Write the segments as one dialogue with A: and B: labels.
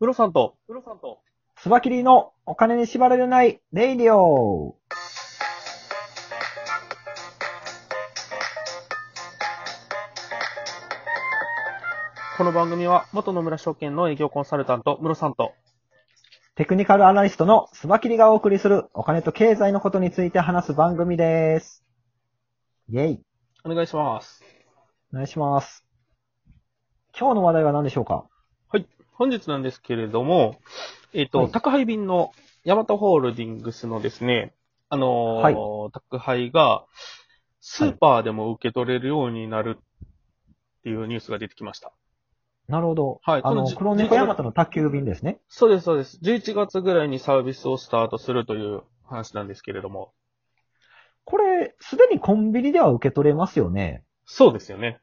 A: ムロさんと、
B: ムロさんと、
C: スバキリのお金に縛られないレイディオ。
A: この番組は元野村証券の営業コンサルタント、ムロさんと、
C: テクニカルアナリストのスバキリがお送りするお金と経済のことについて話す番組です。イェイ。
A: お願いします。
C: お願いします。今日の話題は何でしょうか
A: 本日なんですけれども、えっ、と、
C: はい
A: 宅配便のヤマトホールディングスのですね、あのー
C: はい
A: 宅配がスーパーでも受け取れるようになるっていうニュースが出てきました。
C: なるほど。
A: はい
C: あ
A: この
C: の、
A: じ
C: 黒猫ヤマトの宅急便ですね。
A: そうです、そうです。11月ぐらいにサービスをスタートするという話なんですけれども、
C: これ、すでにコンビニでは受け取れますよね。
A: そうですよね。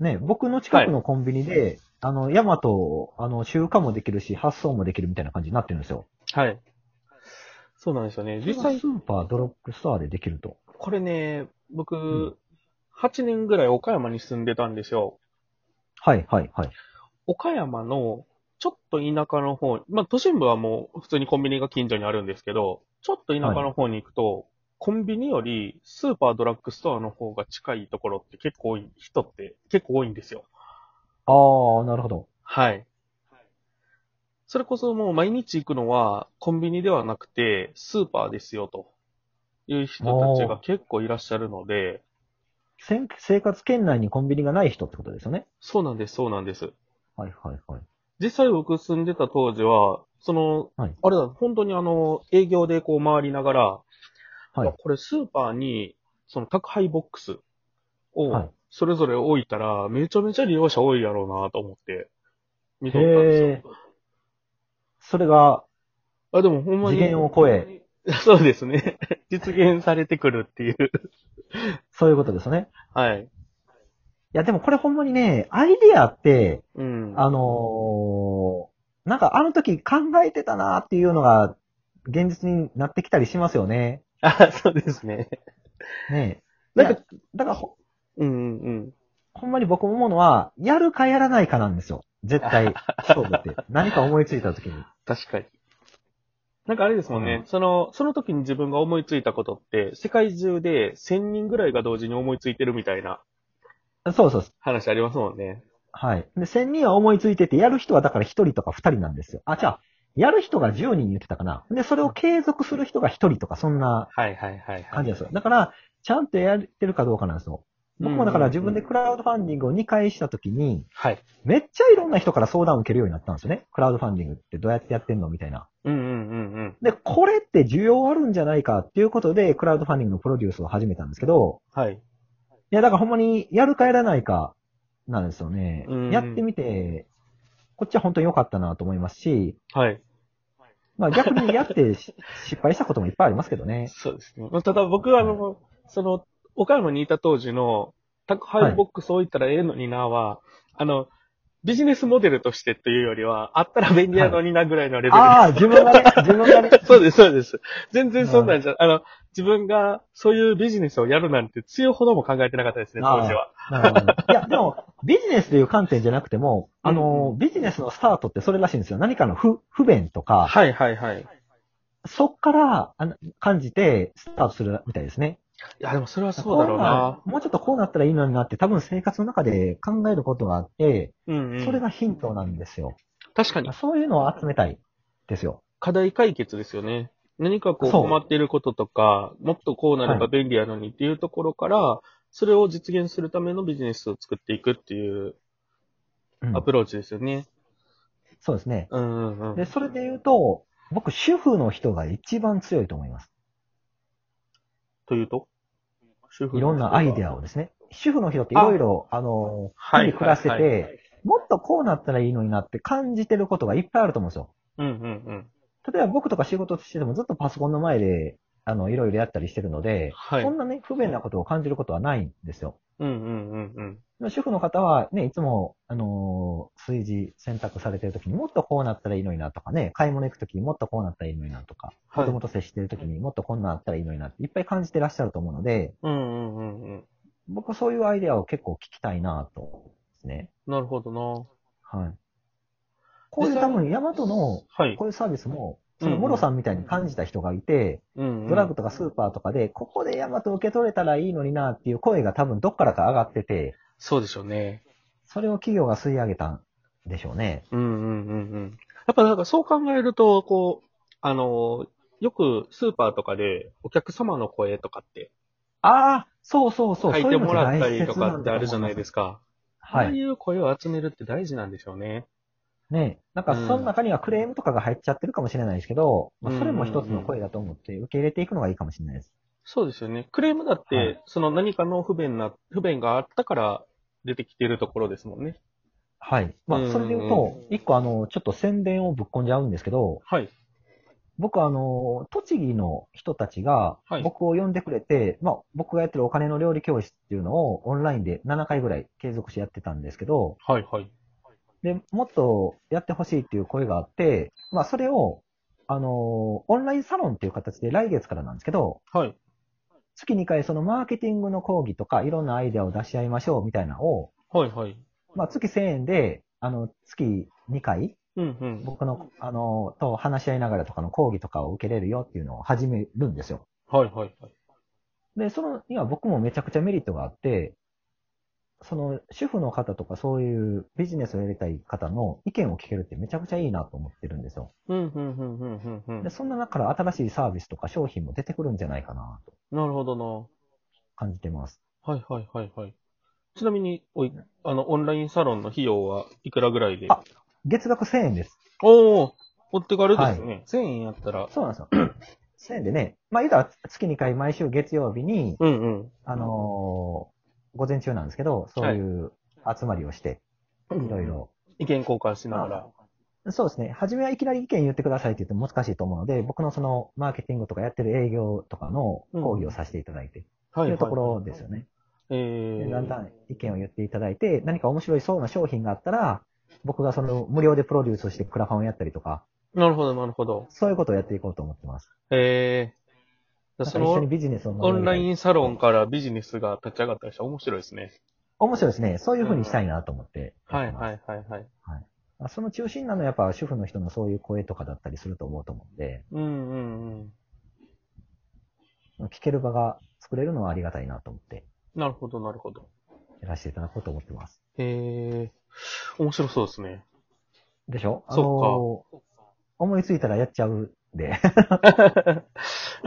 C: ね、僕の近くのコンビニで、あの、ヤマト、あの、集荷もできるし、発送もできるみたいな感じになってるんですよ。
A: はい。そうなんですよね。実際
C: ス、ーパー、ドロッグストアでできると。
A: これね、僕、
C: ん
A: 8年ぐらい岡山に住んでたんですよ。
C: はい、はい、はい。
A: 岡山の、ちょっと田舎の方、まあ都心部はもう普通にコンビニが近所にあるんですけど、ちょっと田舎の方に行くと、コンビニよりスーパードラッグストアの方が近いところって結構多い、人って結構多いんですよ。
C: あー、なるほど。
A: はい。それこそもう毎日行くのはコンビニではなくてスーパーですよという人たちが結構いらっしゃるので、
C: せん生活圏内にコンビニがない人ってことですよね。
A: そうなんです、そうなんです。
C: はいはいはい。
A: 実際僕住んでた当時は、その、
C: はい
A: あれだ、本当にあの、営業でこう回りながら、
C: はい
A: あこれスーパーに、その宅配ボックス
C: は
A: を
C: い、
A: それぞれ置いたら、めちゃめちゃ利用者多いやろうなと思って、見とったんですよ。
C: それが、
A: あ、でもほんまに。
C: 次元を超え。
A: そうですね。実現されてくるっていう。
C: そういうことですよね。
A: はい。
C: いや、でもこれほんまにね、アイデアって、
A: うん。
C: あのーなんかあの時考えてたなっていうのが、現実になってきたりしますよね。
A: あ、そうですね。
C: ねえ。
A: なん
C: い
A: か
C: や、だからほ、
A: うんうんうん。
C: ほんまに僕思うのは、やるかやらないかなんですよ。絶 対、勝負って。何か思いついた時に。
A: 確かに。なんかあれですもんね、
C: う
A: その、その時に自分が思いついたことって、世界中で1000人ぐらいが同時に思いついてるみたいな
C: そうそうそう。
A: 話ありますもんね。
C: はい。で、1000人は思いついてて、やる人はだから1人とか2人なんですよ。あ、じゃあ、やる人が10人言ってたかな。で、それを継続する人が1人とか、そんな
A: はいはいはい、はい。
C: 感じなんですよ。だから、ちゃんとやってるかどうかなんですよ。僕もだから自分でクラウドファンディングを2回したときに、
A: はい。
C: めっちゃいろんな人から相談を受けるようになったんですよね。クラウドファンディングってどうやってやってんのみたいな。
A: うんうんうんうん。
C: で、これって需要あるんじゃないかっていうことで、クラウドファンディングのプロデュースを始めたんですけど、
A: はい。
C: いや、だからほんまにやるかやらないかなんですよね。
A: うん
C: やってみて、こっちは本当に良かったなと思いますし、
A: はい。
C: まあ逆にや ってし失敗したこともいっぱいありますけどね。
A: そうですね。まあただ僕はあの、その、岡山にいた当時の、宅配ボックス置いたらええのになは、あの、ビジネスモデルとしてというよりは、あったら便利やのになぐらいのレベルで
C: ああ、自分がね、自分がね。
A: そうです、そうです。全然そんなんじゃ、あの、自分がそういうビジネスをやるなんて強いほども考えてなかったですね、当時は。
C: なるほどいや、でも、ビジネスという観点じゃなくても、あの、ビジネスのスタートってそれらしいんですよ。何かの不不便とか、
A: はいはいはい。い
C: そっからあの感じてスタートするみたいですね。
A: や、でもそれはそうだろうな。
C: こんんもうちょっとこうなったらいいのになって、多分生活の中で考えることがあって、
A: うん、うん。
C: それがヒントなんですよ。
A: 確かに、
C: そういうのを集めたいですよ。
A: 課題解決ですよね。何かこう
C: そう
A: 困っていることとか、もっとこうなれば便利やのにっていうところから、それを実現するためのビジネスを作っていくっていう
C: うん
A: アプローチですよね。
C: そうですね。
A: うんうんうん。
C: で、それで言うと、僕、主婦の人が一番強いと思います。
A: というと主婦
C: いろんなアイデアをですね。主婦の人っていろいろ、あの、
A: はい
C: 日々暮らして
A: はいはい
C: て、もっとこうなったらいいのになって感じてることがいっぱいあると思うんですよ。
A: うんうんうん。
C: 例えば僕とか仕事しててもずっとパソコンの前で、あの、いろいろやったりしてるので、
A: はい
C: そんなね、不便なことを感じることはないんですよ。
A: うんうんうんうん。
C: でも主婦の方はね、いつも、あのー炊事、洗濯されてるときにもっとこうなったらいいのになとかね、買い物行くときにもっとこうなったらいいのになとか、
A: は
C: 子供と接してるときにもっとこんなんあったらいいのになっていっぱい感じてらっしゃると思うので、
A: うんうんうんうん。
C: 僕はそういうアイデアを結構聞きたいなと、ですね。
A: なるほどな。
C: はい。こういう多分、ヤマトの、
A: はい。
C: こういうサービスも、
A: うん
C: その、ムロさんみたいに感じた人がいて、
A: うんうん
C: ドラッグとかスーパーとかで、ここでヤマト受け取れたらいいのになっていう声が多分どっからか上がってて、
A: そうでしょうね。
C: それを企業が吸い上げたんでしょうね。
A: うんうんうんうん。やっぱなんかそう考えると、こう、あの、よくスーパーとかでお客様の声とかって
C: ああ、そうそうそう。
A: 書い
C: そう
A: て
C: うの
A: もらったりと
C: 大切
A: か
C: ん
A: って
C: だと思
A: あるじゃないですか。
C: は
A: ああ
C: い。
A: いう声を集めるって大事なんでしょうね。
C: ねなんか、その中にはクレームとかが入っちゃってるかもしれないですけど、ま
A: うん
C: あ、それも一つの声だと思って受け入れていくのがいいかもしれないです。
A: そうですよね。クレームだって、
C: はい
A: その何かの不便な、不便があったから出てきてるところですもんね。
C: はい。ま
A: うん
C: あ、それで言うと、一個あの、ちょっと宣伝をぶっこんじゃうんですけど、
A: はい。
C: 僕あの、栃木の人たちが
A: はい、
C: 僕を呼んでくれて、まあ、僕がやってるお金の料理教室っていうのをオンラインで7回ぐらい継続してやってたんですけど、
A: はいはい。
C: で、もっとやってほしいっていう声があって、まあ、それを、あの、オンラインサロンっていう形で来月からなんですけど、
A: はい。
C: 月2回そのマーケティングの講義とかいろんなアイデアを出し合いましょうみたいなのを、
A: はいはい。
C: まあ、月1000円で、あの、月2回、
A: うんうん。
C: 僕の、あの、と話し合いながらとかの講義とかを受けれるよっていうのを始めるんですよ。
A: はいはいはい。
C: で、その、には僕もめちゃくちゃメリットがあって、その、主婦の方とかそういうビジネスをやりたい方の意見を聞けるってめちゃくちゃいいなと思ってるんですよ。
A: うんうんうんうんうんうん。
C: で、
A: な
C: そんな中から新しいサービスとか商品も出てくるんじゃないかなと
A: るほどな。
C: 感じてます。
A: はいはいはいはい。ちなみに、おい、あの、オンラインサロンの費用はいくらぐらいで
C: あ月額1000円です。
A: おおお手軽ですね。1000円やったら。
C: そうなん ですよ。1000円でね、まあ、言うたら月2回毎週月曜日に、
A: うんうん。
C: あのー午前中なんですけど、そういう集まりをして、いろい。ろ。
A: 意見交換しながら。
C: そうですね。初めはいきなり意見言ってくださいって言っても難しいと思うので、僕のそのマーケティングとかやってる営業とかの講義をさせていただいて、
A: は
C: と
A: い、
C: い
A: は
C: う
A: い。
C: ところですよね。
A: え
C: で
A: ー、
C: だんだん意見を言っていただいて、何か面白いそうな商品があったら、僕がその無料でプロデュースしてクラファンをやったりとか、
A: なるほど、なるほど。
C: そういうことをやっていこうと思ってます。
A: えー、
C: なん
A: そ
C: か一緒に
A: の、
C: ビジネスを
A: オ
C: 盛り
A: ン
C: 上げた
A: ラ
C: い
A: インサロンからビジネスが立ち上がったりしたら面白いですね。
C: 面白いですね。そういうふうにしたいなと思って。
A: はい、はい、はい、はい。
C: い。その中心なのはやっぱ主婦の人のそういう声とかだったりすると思うと思うんで、
A: うん、うん、うん。
C: 聞ける場が作れるのはありがたいなと思って、
A: なるほど、なるほど。
C: やらせていただこうと思ってます。
A: えー、面白そうですね。
C: でしょあ
A: そ
C: の思いついたらやっちゃうんで。
A: で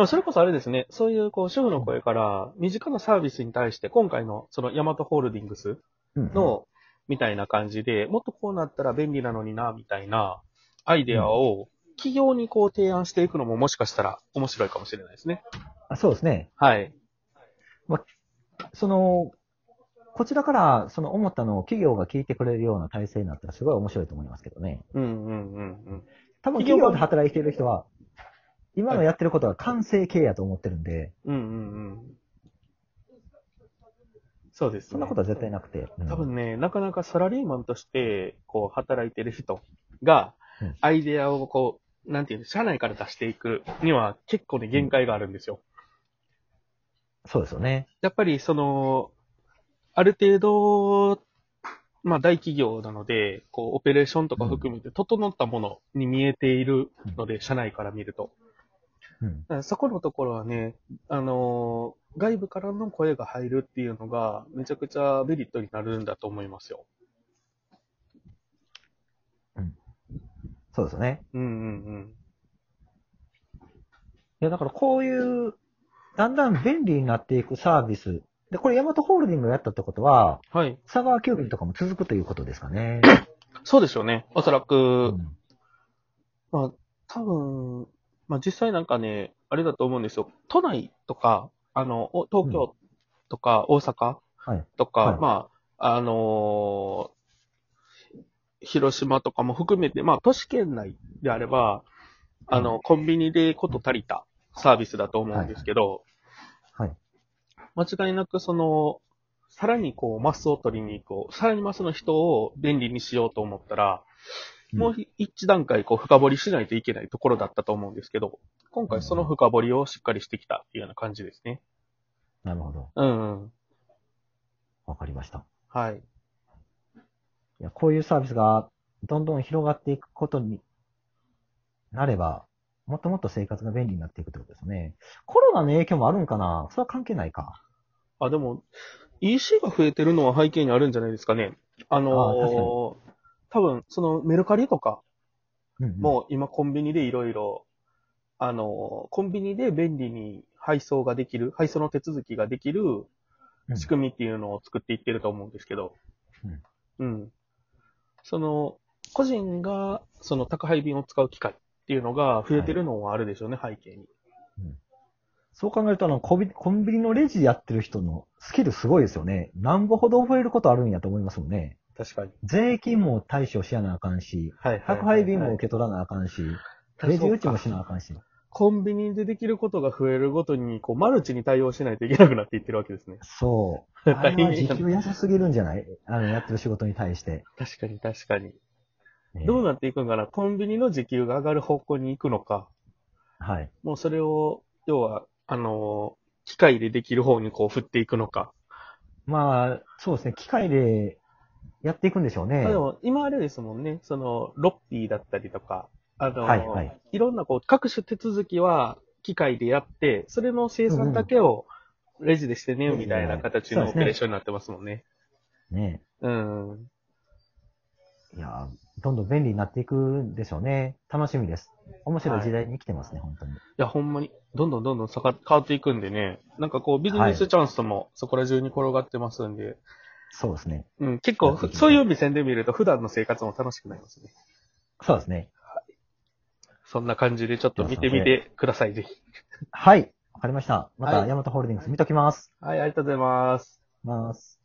A: もそれこそあれですね、そういうこう主婦の声から身近なサービスに対して、今回のそのヤマトホールディングス
C: う ん、
A: の、みたいな感じで、もっとこうなったら便利なのにな、みたいなアイデアを企業にこう提案していくのももしかしたら面白いかもしれないですね。
C: あそうですね。
A: はい。
C: その、こちらから、その思ったのを企業が聞いてくれるような体制になったらすごい面白いと思いますけどね。
A: うんうんうんうん。
C: 多分
A: 企業
C: 企業で働いている人は、今のやってることは完成形やと思ってるんで、
A: うんうんうん。そうですね。
C: そんなことは絶対なくて。うん
A: 多分ね、なかなかサラリーマンとして、こう、働いてる人が
C: うん、
A: アイデアをこう、なんていうの、社内から出していくには結構ね、限界があるんですよ。
C: そうですよね。
A: やっぱり、その、ある程度、まあ、大企業なので、こう、オペレーションとか含めて整ったものに見えているので、社内から見ると。
C: うん。
A: だからそこのところはね、あのー外部からの声が入るっていうのが、めちゃくちゃメリットになるんだと思いますよ。
C: そうですよね。
A: うんうんうん。
C: いや、だからこういう、だんだん便利になっていくサービス。で、これヤマトホールディングをやったってことは、
A: はい。
C: 佐川急便とかも続くということですかね。
A: そうでしょうね。おそらく、
C: うん
A: まあ、多分、まあ実際なんかね、あれだと思うんですよ。都内とか、あの、お東京とか大阪
C: はい
A: とか、
C: はい
A: まあ、あのー広島とかも含めて、まあ都市圏内であれば、あの、コンビニでこと足りたサービスだと思うんですけど、
C: はい。
A: 間違いなくその、さらにこう、マスを取りに行こう。さらにマスの人を便利にしようと思ったら、
C: うん
A: もうひ一段階こう、深掘りしないといけないところだったと思うんですけど、今回その深掘りをしっかりしてきたっていうような感じですね。
C: なるほど。
A: うん、うん。
C: わかりました。
A: はい。
C: いや、こういうサービスがどんどん広がっていくことになれば、もっともっと生活が便利になっていくってことですね。コロナの影響もあるんかなそれは関係ないか。
A: あ、でも、EC が増えてるのは背景にあるんじゃないですかね。あのー
C: あー確かに
A: 多分、そのメルカリとか、
C: うん、うん。
A: もう今コンビニでいろいろ、あの、コンビニで便利に配送ができる、配送の手続きができる
C: うん
A: 仕組みっていうのを作っていってると思うんですけど、うん。その、個人がその宅配便を使う機会っていうのが増えてるのはあるでしょうね、背景に。
C: そう考えると、あの、コビコンビニのレジやってる人のスキルすごいですよね。なんぼほど覚えることあるんやと思いますもんね。
A: 確かに。
C: 税金も対処しやなあかんし、
A: はいはい
C: 宅
A: はいはい
C: 配便も受け取らなあかんし、
A: はい
C: レジ打ちもしなあかんし。
A: コンビニでできることが増えるごとに、こう、マルチに対応しないといけなくなっていってるわけですね。
C: そう。あれは時 給
A: 大変
C: 安すぎるんじゃないあの、やってる仕事に対して。
A: 確かに確かに。
C: ね
A: どうなっていくんかなコンビニの時給が上がる方向に行くのか、
C: はい。
A: もうそれを、要は、あの、機械でできる方にこう振っていくのか。
C: まあ、そうですね。機械でやっていくんでしょうね
A: あ。でも、今あれですもんね、その、ロッピーだったりとか、あの、
C: はい
A: い
C: はい
A: ろんなこう、各種手続きは機械でやって、それの生産だけをレジでしてね、
C: うんうん
A: みたいな形
C: そ
A: の
C: うで
A: オ
C: すね
A: ペレーションになってますもんね。
C: ね。
A: うん。
C: いやー、どんどん便利になっていくんでしょうね。楽しみです。面白い時代に生きてますね、本当に。
A: いや、ほんまに、どんどんどんどん下が変わっていくんでね、なんかこう、ビジネスチャンスもそこら中に転がってますんで、
C: そうですね。
A: うん、結構、ふそういう目線で見ると、普段の生活も楽しくなりますね。
C: そうですね。
A: そんな感じで、ちょっと見てみてください、ぜひ。
C: はい。わかりました。また、
A: はい
C: ヤマトホールディングス見ときます。
A: はい、ありがとうございます。
C: ます。